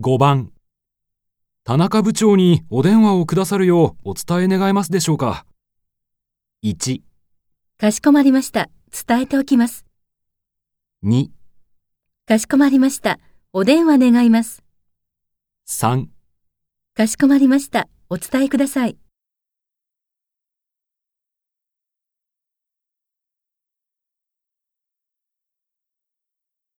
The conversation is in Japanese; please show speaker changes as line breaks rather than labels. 5番田中部長にお電話をくださるようお伝え願えますでしょうか ?1、
かしこまりました。伝えておきます。
2、
かしこまりました。お電話願います。
3
かしこまりました。お伝えください。